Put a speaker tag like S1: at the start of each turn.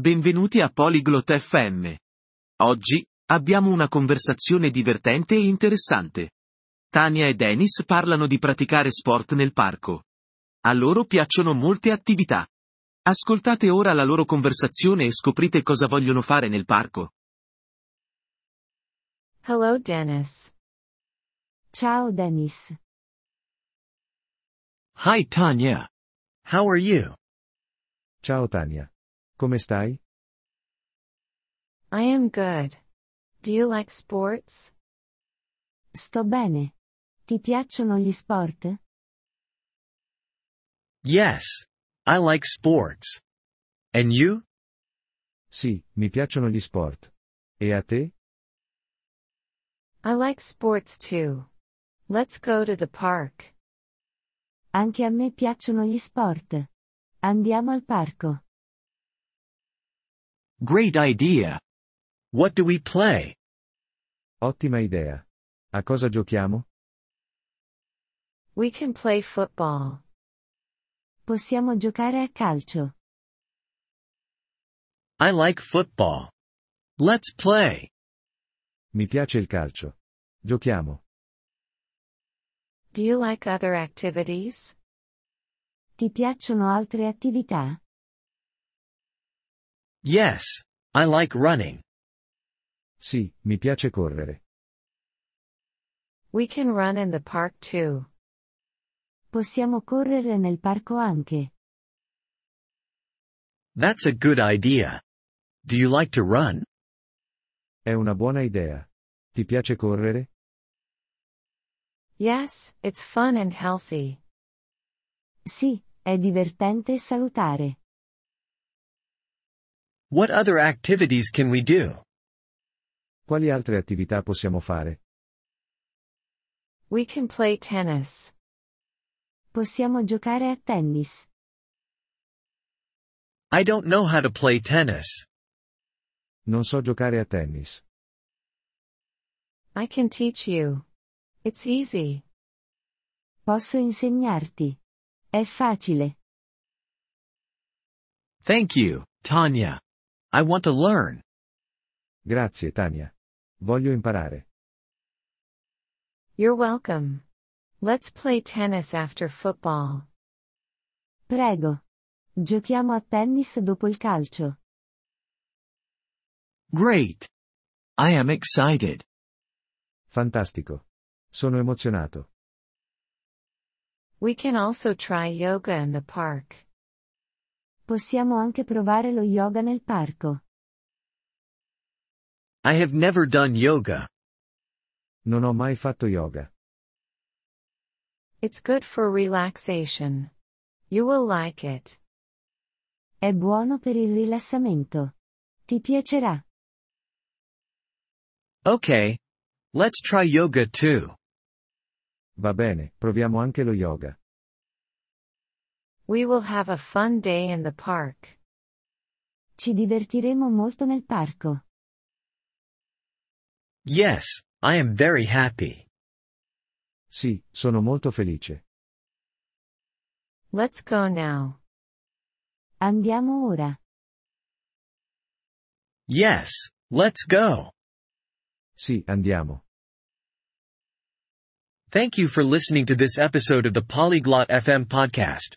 S1: Benvenuti a Polyglot FM. Oggi, abbiamo una conversazione divertente e interessante. Tania e Dennis parlano di praticare sport nel parco. A loro piacciono molte attività. Ascoltate ora la loro conversazione e scoprite cosa vogliono fare nel parco.
S2: Hello, Dennis. Ciao, Dennis.
S3: Hi, Tanya. How are you?
S4: Ciao Tania. Come stai?
S2: I am good. Do you like sports?
S5: Sto bene. Ti piacciono gli sport?
S3: Yes. I like sports. And you?
S4: Sì, mi piacciono gli sport. E a te?
S2: I like sports too. Let's go to the park.
S5: Anche a me piacciono gli sport. Andiamo al parco.
S3: Great idea. What do we play?
S4: Ottima idea. A cosa giochiamo?
S2: We can play football.
S5: Possiamo giocare a calcio.
S3: I like football. Let's play.
S4: Mi piace il calcio. Giochiamo.
S2: Do you like other activities?
S5: Ti piacciono altre attività?
S3: Yes. I like running.
S4: Sì, mi piace correre.
S2: We can run in the park too.
S5: Possiamo correre nel parco anche.
S3: That's a good idea. Do you like to run?
S4: È una buona idea. Ti piace correre?
S2: Yes, it's fun and healthy.
S5: Sì, è divertente e salutare.
S3: What other activities can we do?
S4: Quali altre attività possiamo fare?
S2: We can play tennis.
S5: Possiamo giocare a tennis.
S3: I don't know how to play tennis.
S4: Non so giocare a tennis.
S2: I can teach you. It's easy.
S5: Posso insegnarti. È facile.
S3: Thank you, Tanya. I want to learn.
S4: Grazie Tania. Voglio imparare.
S2: You're welcome. Let's play tennis after football.
S5: Prego. Giochiamo a tennis dopo il calcio.
S3: Great. I am excited.
S4: Fantastico. Sono emozionato.
S2: We can also try yoga in the park.
S5: Possiamo anche provare lo yoga nel parco.
S3: I have never done yoga.
S4: Non ho mai fatto yoga.
S2: It's good for relaxation. You will like it.
S5: È buono per il rilassamento. Ti piacerà.
S3: Okay. Let's try yoga too.
S4: Va bene, proviamo anche lo yoga.
S2: We will have a fun day in the park.
S5: Ci divertiremo molto nel parco.
S3: Yes, I am very happy.
S4: Sì, sono molto felice.
S2: Let's go now.
S5: Andiamo ora.
S3: Yes, let's go.
S4: Sì, andiamo.
S3: Thank you for listening to this episode of the Polyglot FM podcast.